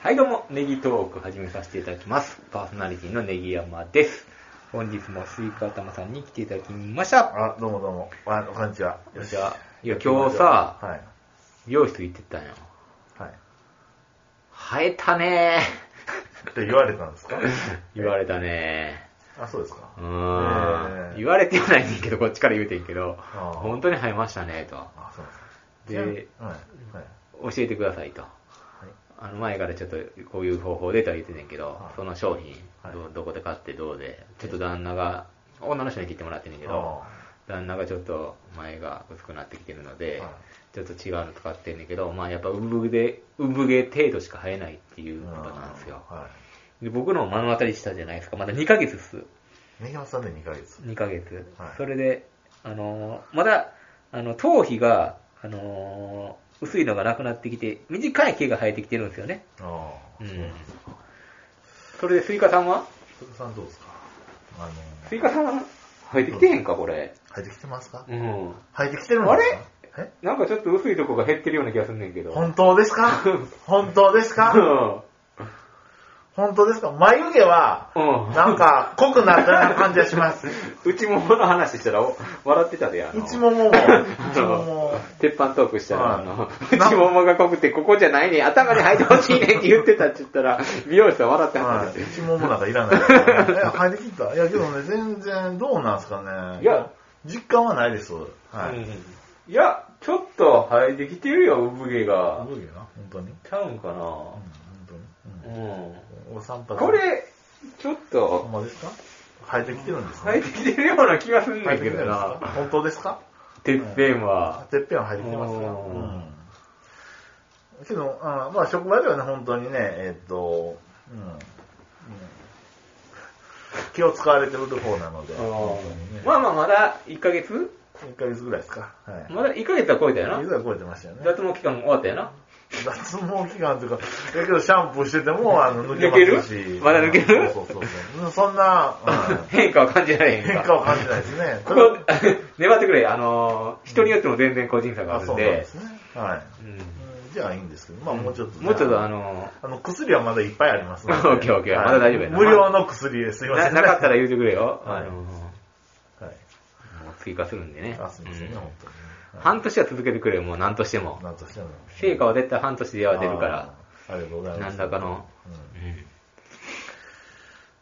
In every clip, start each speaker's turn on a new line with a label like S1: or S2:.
S1: はいどうも、ネギトーク始めさせていただきます。パーソナリティのネギ山です。本日もスイカ頭さんに来ていただきました。
S2: あ、どうもどうも。あ、こんにちは。
S1: こんにち
S2: よ
S1: は
S2: し
S1: いや今日さ
S2: はい。
S1: 美容室行ってたんよ。
S2: はい。
S1: 生えたね
S2: って言われたんですか
S1: ー。 言われたね
S2: あ、そうですか
S1: ー。う。ーん。
S2: えー
S1: 言われてはないねんけど、こっちから言うてんけど、
S2: あー
S1: 本当に生えましたねと。
S2: あ、そうですか。
S1: で、
S2: はい。はい。
S1: 教えてくださいと。
S2: はい
S1: あの前からちょっとこういう方法でとは言ってたんやけど
S2: は、い
S1: その商品
S2: はい
S1: ど、どこで買ってどうで、ちょっと旦那が、女の人に聞いてもらってんねんけど
S2: あ、
S1: 旦那がちょっと前が薄くなってきてるので
S2: はい、
S1: ちょっと違うの使ってんねんけど、まあやっぱ産毛で、産毛程度しか生えないっていう
S2: う
S1: ことなんですよ。
S2: は
S1: で僕の目の当たりしたじゃないですか、まだ2ヶ月っす。
S2: い。ネギマスさんで2ヶ月。
S1: 2ヶ月、
S2: はい
S1: それで、あのーまだあの頭皮が、あのー薄いのがなくなってきて短い毛が生えてきてるんですよね、
S2: ああ、
S1: う
S2: そ
S1: ん
S2: うなんですか。
S1: それでスイカさんは
S2: 福田さんどうですかあの、
S1: スイカさん生えてきてへんかこれ
S2: 入ってきてますか
S1: うん
S2: 入ってきてるんですかえ
S1: なんかちょっと薄いとこが減ってるような気がすんねんけど
S2: 本当ですか本当ですか
S1: う
S2: 本当ですか眉毛は、
S1: ん うん
S2: なんか濃くなったような感じがします。
S1: うちももの話したらお笑ってたでや
S2: うちもも、うちもも。
S1: 鉄板トークしたら、あの、
S2: は
S1: う
S2: い
S1: ちももが濃くて、ここじゃないね、頭に入ってほしいねって言ってたって言ったら、美容師さん笑っては
S2: は
S1: った
S2: い。
S1: で
S2: う
S1: す
S2: ちももなんかいらない。え、入ってきたいや、けどね、全然、どうなんすかね。
S1: いや、
S2: 実感はないです。はい。
S1: うんいや、ちょっと生えてきてるよ、産毛が
S2: す。ごいよな、本当に。うん、
S1: ちゃうんかな
S2: 本当に。
S1: うん。
S2: うん。お散髪。
S1: こ、れ、ちょっ
S2: ほん
S1: と、
S2: まですか生えてきてるんですね。
S1: 生えてきてるような気がするん
S2: 生えて
S1: だけ
S2: きてる
S1: ど
S2: んですか
S1: な。
S2: 本当ですか
S1: てっぺんは。
S2: てっぺんは生えてきてますよ。
S1: う
S2: うんん。けど、あまあ、職場ではね、本当にね、えっと、うんうん。気を使われてる方なので、本当にね。
S1: まあまあ、まだ1ヶ月
S2: 1ヶ月ぐらいですか。はい。
S1: まだ1ヶ月は超えたよ
S2: 水
S1: な。
S2: が超えてましたよね。
S1: 脱毛期間も終わったよな。
S2: 脱毛期間というか、だけどシャンプーしてても、あの、 抜けます
S1: 抜ける
S2: し。
S1: まだ抜ける
S2: そうそうそうそううん。そんな、うん
S1: 変化は感じられへんか。
S2: 変化を感じないです ね。
S1: ここ、粘ってくれ。あのー、人によっても全然個人差があ
S2: あ、
S1: る
S2: そ
S1: ん
S2: うなん
S1: で
S2: で。すね。はい。
S1: うん
S2: うんじゃあいいんですけど、まあもうちょっとね。
S1: もうちょっとあのー
S2: あの、薬はまだいっぱいありますので。
S1: オ ッケーオッケー
S2: はい
S1: まだ大丈夫やな
S2: 無料の薬です。すいませ
S1: な、
S2: ん。
S1: なかったら
S2: はい。
S1: 言うてくれよ。
S2: はい
S1: あのーもう追加するんでね。
S2: あ、すみませんね、
S1: うん
S2: 本当にね。
S1: 半年は続けてくれよ、もう何としても。
S2: なんとしても。
S1: 成果は絶対半年では出るから。
S2: あー。ありがとうございます。
S1: 何らかの
S2: うん。
S1: うん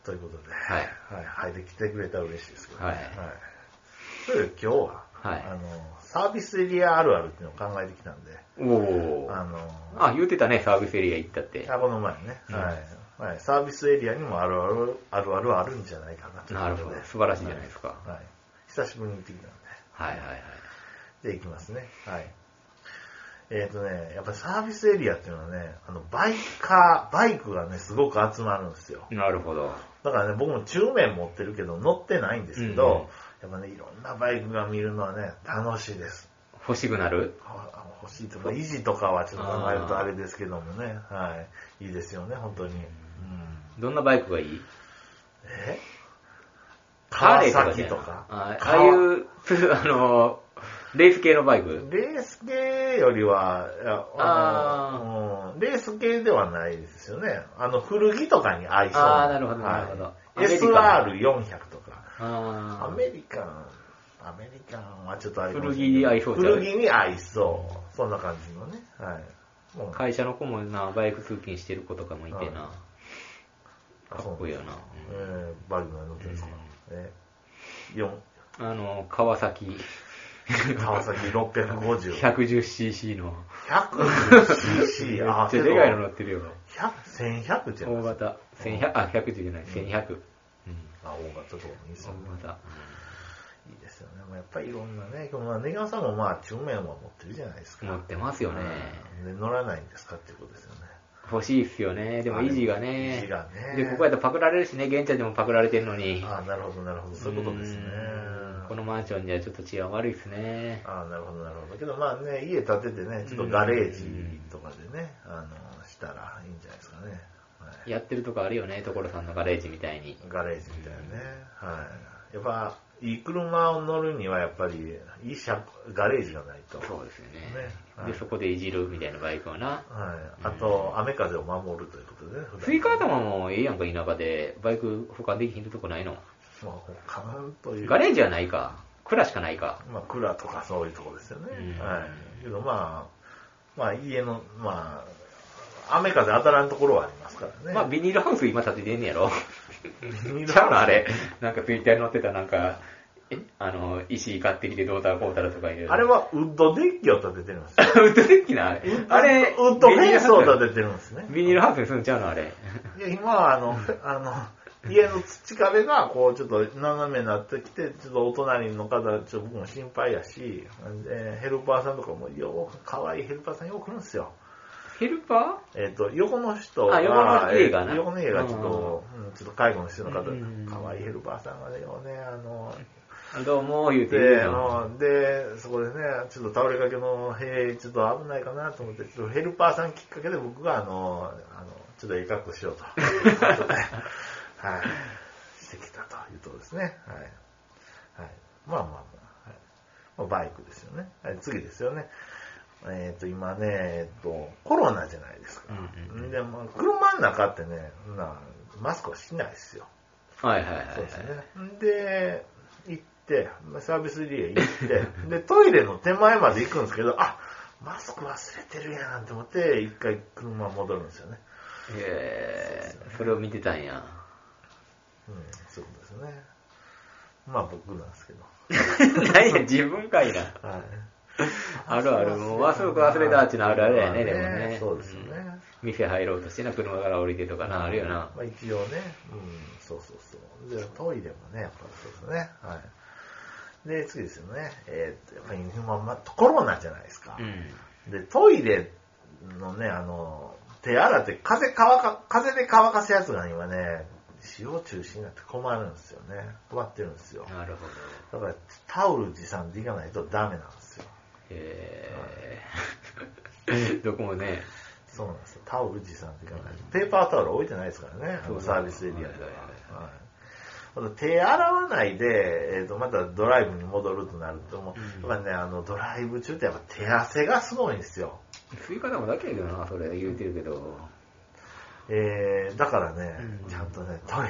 S2: ということで。
S1: は
S2: は
S1: い
S2: い、入ってきてくれたら嬉しいですけど、ね。
S1: はい
S2: それで今日は、
S1: はい
S2: あの、サービスエリアあるあるっていうのを考えてきたんで、
S1: お
S2: あ
S1: ー。
S2: の、
S1: あ、言うてたね、サービスエリア行ったって。
S2: あこの前ね、
S1: うん
S2: はい、はい。サービスエリアにもあるある、あるあるあるんじゃないかなという
S1: なる
S2: こ
S1: ほ
S2: と
S1: ど
S2: で。。
S1: 素晴らしいじゃないですか。
S2: はい。久しぶりに行ってきたんで。
S1: はいはいはい。
S2: で、行きますね。はい。えっ、とね、やっぱサービスエリアっていうのはね、あの、バイカー、バイクがね、すごく集まるんですよ。
S1: なるほど。
S2: だからね、僕も中面持ってるけど、乗ってないんですけど、やっぱね、いろんなバイクが見るのはね、楽しいです。
S1: 欲しくなる
S2: あ欲しいとか、維持とかはちょっと考えるとあれですけどもね、はい。いいですよね、本当に。うん、
S1: どんなバイクがいい
S2: え
S1: ハー
S2: 川
S1: レー
S2: 崎と
S1: と
S2: か
S1: か。じゃないのああ あいう、つあのー、レース系のバイク。
S2: レース系よりは、いやあのうんレース系ではないですよね。あの、古着とかに合いそう。
S1: あーなるほどなるほど
S2: はい
S1: アメリカ
S2: SR400 とか。ア
S1: あ
S2: メリカン、アメリカンはちょっとあれかも
S1: 古着
S2: しれない
S1: に合いそうじゃん
S2: 古着に合いそう。そんな感じのね。はい。も
S1: あ
S2: う
S1: 会社の子もな、バイク通勤してる子とかもいてな。
S2: あ
S1: か
S2: そう
S1: っこいいよな。
S2: えー、バルナ乗ってるんですか、えー、4、
S1: あの、川崎。
S2: 川崎650。
S1: 110cc の。 めっ
S2: 110cc。あ、
S1: ちゃでかいの乗ってるよ。
S2: 100、1100じゃない
S1: 大
S2: ですか。
S1: 型。1100、あ、110じゃない、1200。
S2: あ、大型とかもいいですよね
S1: うん。大型。
S2: いいですよね。まあやっぱりいろんなね、まあ、根川さんもまあ、中面は持ってるじゃないですか。
S1: 乗ってますよね。
S2: うんで、乗らないんですかっていうことですよね。
S1: 欲しいっすよね。でも維持がね。
S2: 維持がね
S1: で、ここやったらパクられるしね、現地でもパクられてるのに。
S2: ああ、なるほど、なるほど。そういうことですね
S1: うん。このマンションじゃちょっと治安悪いっすね。
S2: ああ、なるほど、なるほど。けどまあね、家建ててね、ちょっとガレージとかでね、あの、したらいいんじゃないですかね。はい
S1: やってるとこあるよね、所さんのガレージみたいに。
S2: ガレージみたいなね。はやっぱ、いい車を乗るには、やっぱり、いい車、ガレージがないと。
S1: そうですよね。
S2: ねはい
S1: で、そこでいじるみたいなバイクはな。
S2: はい。あと、雨風を守るということでね。普段
S1: スイカ頭もええやんか、田舎で。バイク保管できひんとこないの。
S2: まあ、こうカバンという
S1: ガレージはないか。蔵しかないか。
S2: まあ、蔵とかそういうとこですよね。
S1: うん
S2: はい。けど、まあ、まあ、家の、まあ、雨風当たらんところはありますからね。
S1: まあ、ビニールハウス今建ててんねやろ。
S2: ビニールハウス
S1: ちゃうのあれ。なんかツイッターに載ってたなんか、えあの、石買ってきてどうたらこうたらとか言う。
S2: あれ はウッドデッキを建ててるんですよ。
S1: ウッドデッキな、あれ。あれ、
S2: ウッドフェンスを
S1: だ
S2: 建ててるんですね。
S1: ビニールハウスに住んちゃうの、あれ。
S2: いや、今はあ の、あの、家の土壁がこうちょっと斜めになってきて、ちょっとお隣の方、ちょっと僕も心配やし、えーヘルパーさんとかもよく、可愛いヘルパーさんよく来るんですよ。
S1: ヘルパ
S2: えっ、と、横の人が、
S1: あ横の家が
S2: えー
S1: な
S2: 横の家がちょっと、うんちょっと介護の人の方
S1: うんうんうん、
S2: 可愛いヘルパーさんがね、よね、あの、
S1: ーどうも、言うて
S2: で、
S1: る
S2: あ
S1: の。
S2: の、で、そこでね、ちょっと倒れかけの塀、ちょっと危ないかなと思って、ちょっとヘルパーさんきっかけで僕が、あの、あのちょっとええ格好しよう と。はい。してきたというとこですね。はい。はい。まあまあまあ。はいまあ、バイクですよね。はい、次ですよね。えっ、と、今ね、えっ、と、コロナじゃないですか。
S1: うんうんうん
S2: で、まあ、車の中ってね、そんなマスクはしないですよ。
S1: はいはいはいはい。
S2: そうですね。で、行って、サービスエリア行って、 で、トイレの手前まで行くんですけど、あマスク忘れてるやんって思って、一回車戻るんですよね。
S1: へーそれを見てた んや。
S2: うん、そういうことですね。まあ僕なんですけど。
S1: 何や、自分かいな。
S2: はい。
S1: あるある、もう忘れ忘れたっていうのはあるあるやね、でも
S2: まあ
S1: ね。
S2: そうですよね。
S1: ん店入ろうとしてな、車から降りてとかな、あるよな。
S2: まあ、一応ね、うん、そうそうそう。で、トイレもね、やっぱそうですね。はい。で、次ですよね。えーっと、やっぱり、まあまあ、コロナじゃないですか。
S1: うん。
S2: で、トイレのね、あの、手洗って風乾か、風で乾かすやつが今ね、使用中止になって困るんですよね。困ってるんですよ。
S1: なるほど。
S2: だからタオル持参でいかないとダメなんですよ。
S1: へーどこもね。
S2: そうなんですよ。タオル持参でいかないと。ペーパータオル置いてないですからね。あ
S1: そう
S2: の
S1: そう
S2: サービスエリアでは。
S1: はいはいは
S2: はいまた手洗わないで、えー、とまたドライブに戻るとなると、も
S1: う
S2: うんやっぱね、あのドライブ中ってやっぱ手汗がすごいんですよ。
S1: 吸い方もだけやけどな、それ言うてるけど。
S2: えーだからね、
S1: うん
S2: ちゃんとね、トイ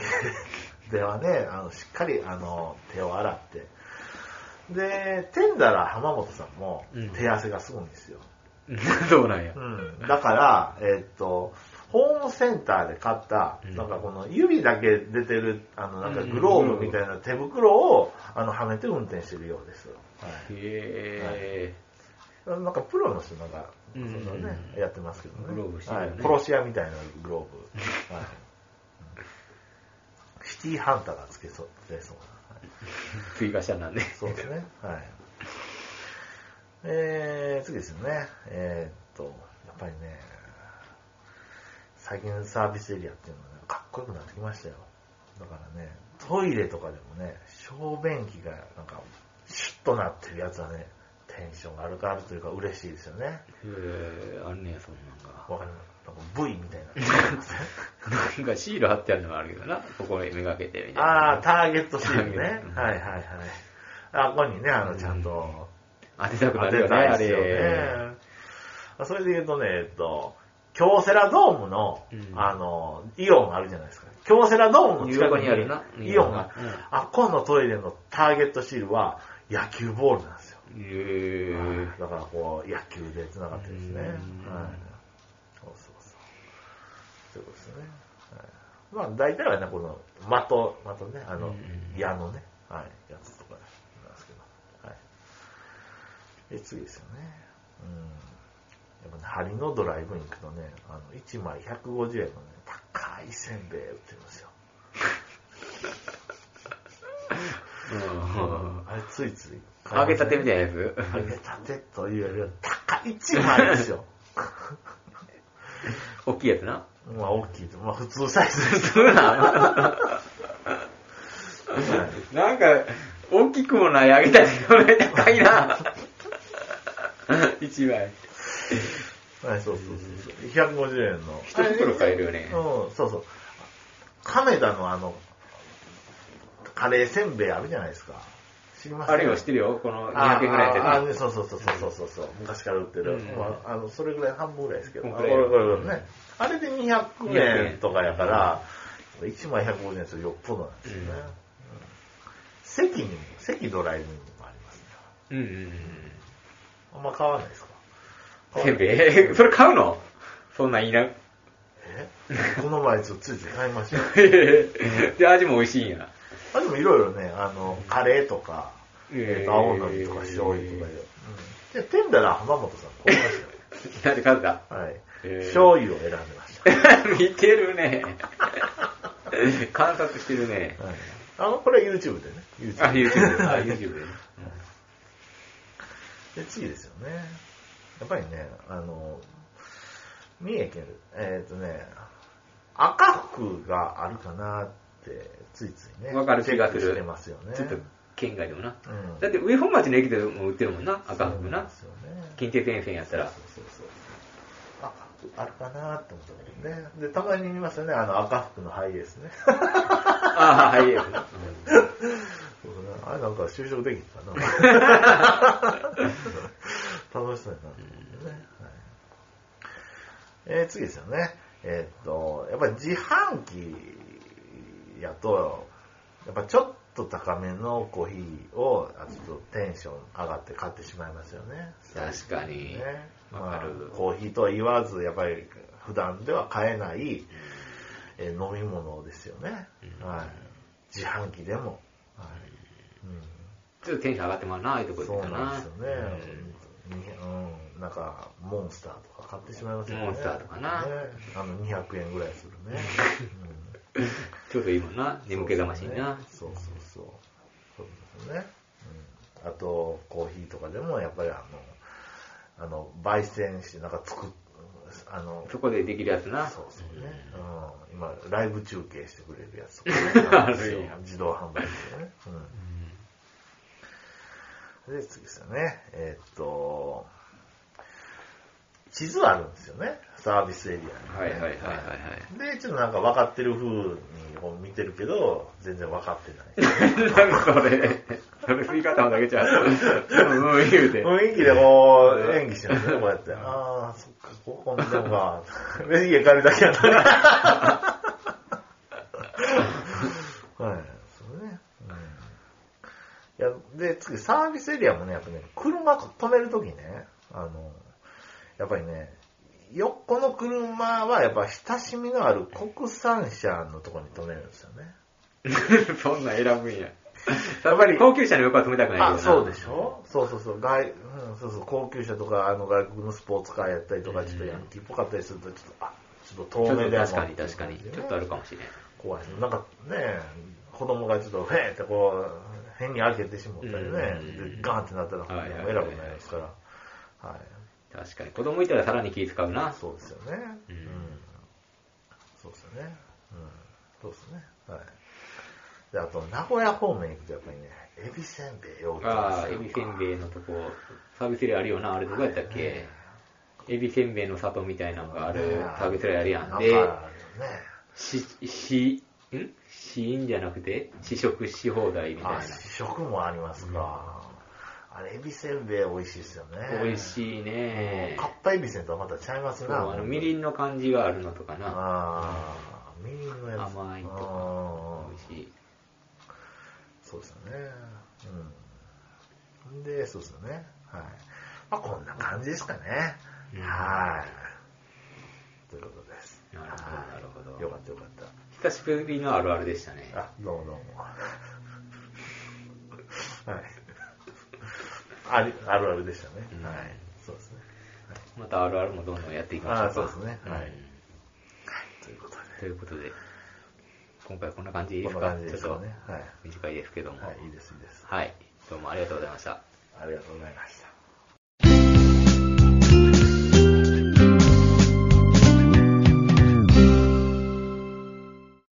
S2: レではね、あのしっかりあの手を洗って。で、テンダラー浜本さんも
S1: うん
S2: 手汗がすごいんですよ。
S1: そうなんや
S2: う。ん。だから、えーっと、ホームセンターで買った、
S1: うん
S2: なんかこの指だけ出てる、あのなんかグローブみたいな手袋を、あの、はめて運転してるようです。はい
S1: へ
S2: なんかプロの人なんか、そ
S1: うんうんうん
S2: のね、やってますけどね。
S1: グローブしてるよね
S2: はい。殺し屋みたいなグローブ。はい。シティーハンターがつけそう、つけそうな。はい
S1: ー。追加したなんで。
S2: そうですね。はい。えー、次ですよね。えーっと、やっぱりね、最近のサービスエリアっていうのはね、かっこよくなってきましたよ。だからね、トイレとかでもね、小便器がなんか、シュッとなってるやつはね、テンションが上がるというか嬉しいですよね。
S1: へーあんねや、そんなんが。
S2: わかりますなんか V みたいな。
S1: なんかシール貼ってあるのもあるけどな。ここへめがけてみたいな。
S2: あー、ターゲットシールね。
S1: タ
S2: は
S1: ー
S2: い
S1: ゲット
S2: はいはい。あ、ここにね、あの、ちゃんと、
S1: 当てたくな
S2: 当
S1: る
S2: て
S1: よね、
S2: たい
S1: あ
S2: ですよ
S1: れ。
S2: ね。それで言うとね、えっと、京セラドームの、
S1: うん
S2: あの、イオンあるじゃないですか。京セラドームの近く
S1: 横にあるな
S2: にイオンが、
S1: うん
S2: あ、このトイレのターゲットシールは野球ボールなんですよ。
S1: へー
S2: だからこう、野球で繋がってるんですね。
S1: う
S2: はいそ
S1: ん。
S2: うそうそう。そういうことですね。はい、まあ、大体はね、この、的、的ね、あ
S1: う
S2: の
S1: ん、
S2: 矢のね、はい、やつとかなんですけど。はい。で、次ですよね。うん。やっぱね、針のドライブに行くとね、あの、1枚150円のね、高いせんべい売ってるんですよ。
S1: うん
S2: あれ、ついつい買
S1: 揚
S2: いま
S1: げ
S2: せ
S1: た
S2: ん。
S1: てみたいなやつ。
S2: 揚げたてというよりは、高い1枚ですよ。
S1: 大きいやつな。
S2: まあ大きいと、まあ普通サイズです。
S1: そうなんなんか、大きくもない揚げたてのね、高いな。一枚。
S2: はい、そうそうそうそう。150円の。
S1: 一袋買えるよね
S2: うん、そうそう。亀田のあの、カレーせんべいあるじゃないですか。知ります
S1: あるよ、知ってるよ。この200円ぐらいで。
S2: あああそうそうそうそうそうそう、昔から売ってる、
S1: うん
S2: まあ、あのそれぐらい半分ぐらいですけど、
S1: うん
S2: あこれこれこれね、あれで200円とかやから、1枚150円するよっぽどなんですよね、
S1: うん
S2: うん席にも席ドライブにもありますね
S1: うんうんうん。
S2: あんま買わないですか
S1: せんべいそれ買うのそんなんいいな。
S2: えこの前ちょっとついて買いましたよ
S1: で、味も美味しいんや。
S2: あでもいろいろねあのカレーとか、えーと青のりとか醤油とかいろいろ、うんじゃあ天だら浜本さんこうましたよ
S1: なんで買った
S2: はい。
S1: えー
S2: 醤油を選んでまし
S1: 見てるね。観察してるね
S2: た。。はい。あの、これは YouTube でね。YouTube
S1: あ、YouTube。あ、
S2: で
S1: YouTube で。
S2: で次ですよね。やっぱりね、あの、三重県、えっ、とね、赤服があるかなって、ついついね。
S1: わかる気がする
S2: チェックしてますよね。
S1: ちょっと県外でもな。
S2: うん
S1: だって上本町の駅でも売ってるもんな、赤服
S2: そうなん
S1: な
S2: で。すよね。
S1: 近鉄沿線やったら。
S2: そうそうそう赤服あるかなって思ったけどね。で、たまに見ますよね、あの赤服のハイエース ね。
S1: ああ、はい。う
S2: そ
S1: ん
S2: うだねあれなんか就職できたな。 楽しそうやなと思ってね。はいえー次ですよね。えーっと、やっぱり自販機やと、やっぱちょっと高めのコーヒーを、あちょっとテンション上がって買ってしまいますよね。
S1: 確かに
S2: ね
S1: わかる
S2: まあコーヒーとは言わず、やっぱり普段では買えない、えー飲み物ですよね。はい、自販機でも。はい
S1: ちょっとテンション上がってまうな、ああいうと
S2: う
S1: こ
S2: ん、そ
S1: 行
S2: う
S1: った
S2: なん
S1: な
S2: ですよ。ね。うん、なんか、モンスターとか買ってしまいますよね。
S1: モンスターとかな
S2: ね、あの、200円ぐらいする ね。
S1: ちょっと今な、眠気覚ましいな。
S2: そうそうそう。そうですね。うん、あと、コーヒーとかでも、やっぱりあの、あの、焙煎して、なんか作っ、あの、
S1: そこでできるやつな。
S2: そうそうね。うん、今、ライブ中継してくれるやつと か、ね
S1: あるんや
S2: 自動販売機でね。うん。で、次ですよね。えーっと、地図あるんですよね。サービスエリア
S1: は
S2: に
S1: い
S2: ね、
S1: はいはいはい
S2: で、ちょっとなんか分かってる風にこう見てるけど、全然分かってない。
S1: はい。なんかそれ、それ言い方もだけちゃう。うんうん、言うて。
S2: 雰囲気でこう、演技してますね、こうやって。ああ、そっか、ここにでもか。別に家帰るだけやったら。はい、そうね。うん、いやで、次、サービスエリアもね、やっぱね、車止めるときね、あの、やっぱりね、横の車はやっぱ親しみのある国産車のところに止めるんですよね。
S1: そんなん選ぶんや。や
S2: や
S1: っ
S2: っ
S1: ぱ
S2: ぱ
S1: り
S2: り
S1: 高級車の横は止めたくないけどな。
S2: あ、そうでしょそうそうそう、外、うん、そうそう、高級車とか、あの、外国のスポーツカーやったりとか、ちょっとヤンキーっぽかったりすると、ちょっと、あ、ちょっと
S1: ち
S2: 遠
S1: ょっ
S2: 目
S1: と
S2: でも。
S1: 確かに確かに。ちょっとあるかもしれん。
S2: 怖いです。なんかね、子供がちょっと、へえってこう、変に開けてしまったりね、
S1: うん
S2: でガーンってなったら、もう
S1: はいはい
S2: 偉
S1: はい
S2: くなりますから。はい。
S1: 確かに。子供いたらさらに気使うな。
S2: そうですよね。
S1: う
S2: うんん。そうですよね。うん。そうですね。はい。で、あと、名古屋方面行くと、やっぱりね、エビせんべいを
S1: ああ、エビせんべいのとこ、サービスエリアあるよな。あれどこやったっけエビせんべいの里みたいなのがあるサービスエリアあるやん。
S2: な
S1: で
S2: か、あるよね。
S1: し、し、ん試飲じゃなくて、試食し放題みたい
S2: あ、試食もありますか。あれ、エビせんべい美味しいですよね。
S1: な。美味しいね
S2: 買ったエビせんとはまたちゃいます
S1: そう
S2: な。
S1: あの、みりんの感じがあるのとかな。
S2: ああ、みりんのやつ。
S1: 甘いとか
S2: あ。
S1: 美味しい。
S2: ーそうですよね。うん。で、そうですよね。はい。まあ、こんな感じですかね。
S1: うん
S2: はい。ということです。
S1: なるほど
S2: はい
S1: なるほど
S2: よかったよかった。
S1: 久しぶりのあるあるでしたね。
S2: あ、どうもどうも。はい。ありあるあるでしたね。
S1: うん
S2: はい。そうですね。
S1: またあるあるもどんどんやっていきましょうか。
S2: あーそうですねはい
S1: ん
S2: ということ
S1: ということで、今回こんな感じでいい
S2: で、
S1: で
S2: こ
S1: す
S2: んな
S1: か
S2: 感じです
S1: ちょ
S2: か
S1: っと
S2: ね。はい。
S1: 短いですけども。
S2: はい、いいです、いいです。
S1: はい。どうもありがとうございました。
S2: ありがとうございました。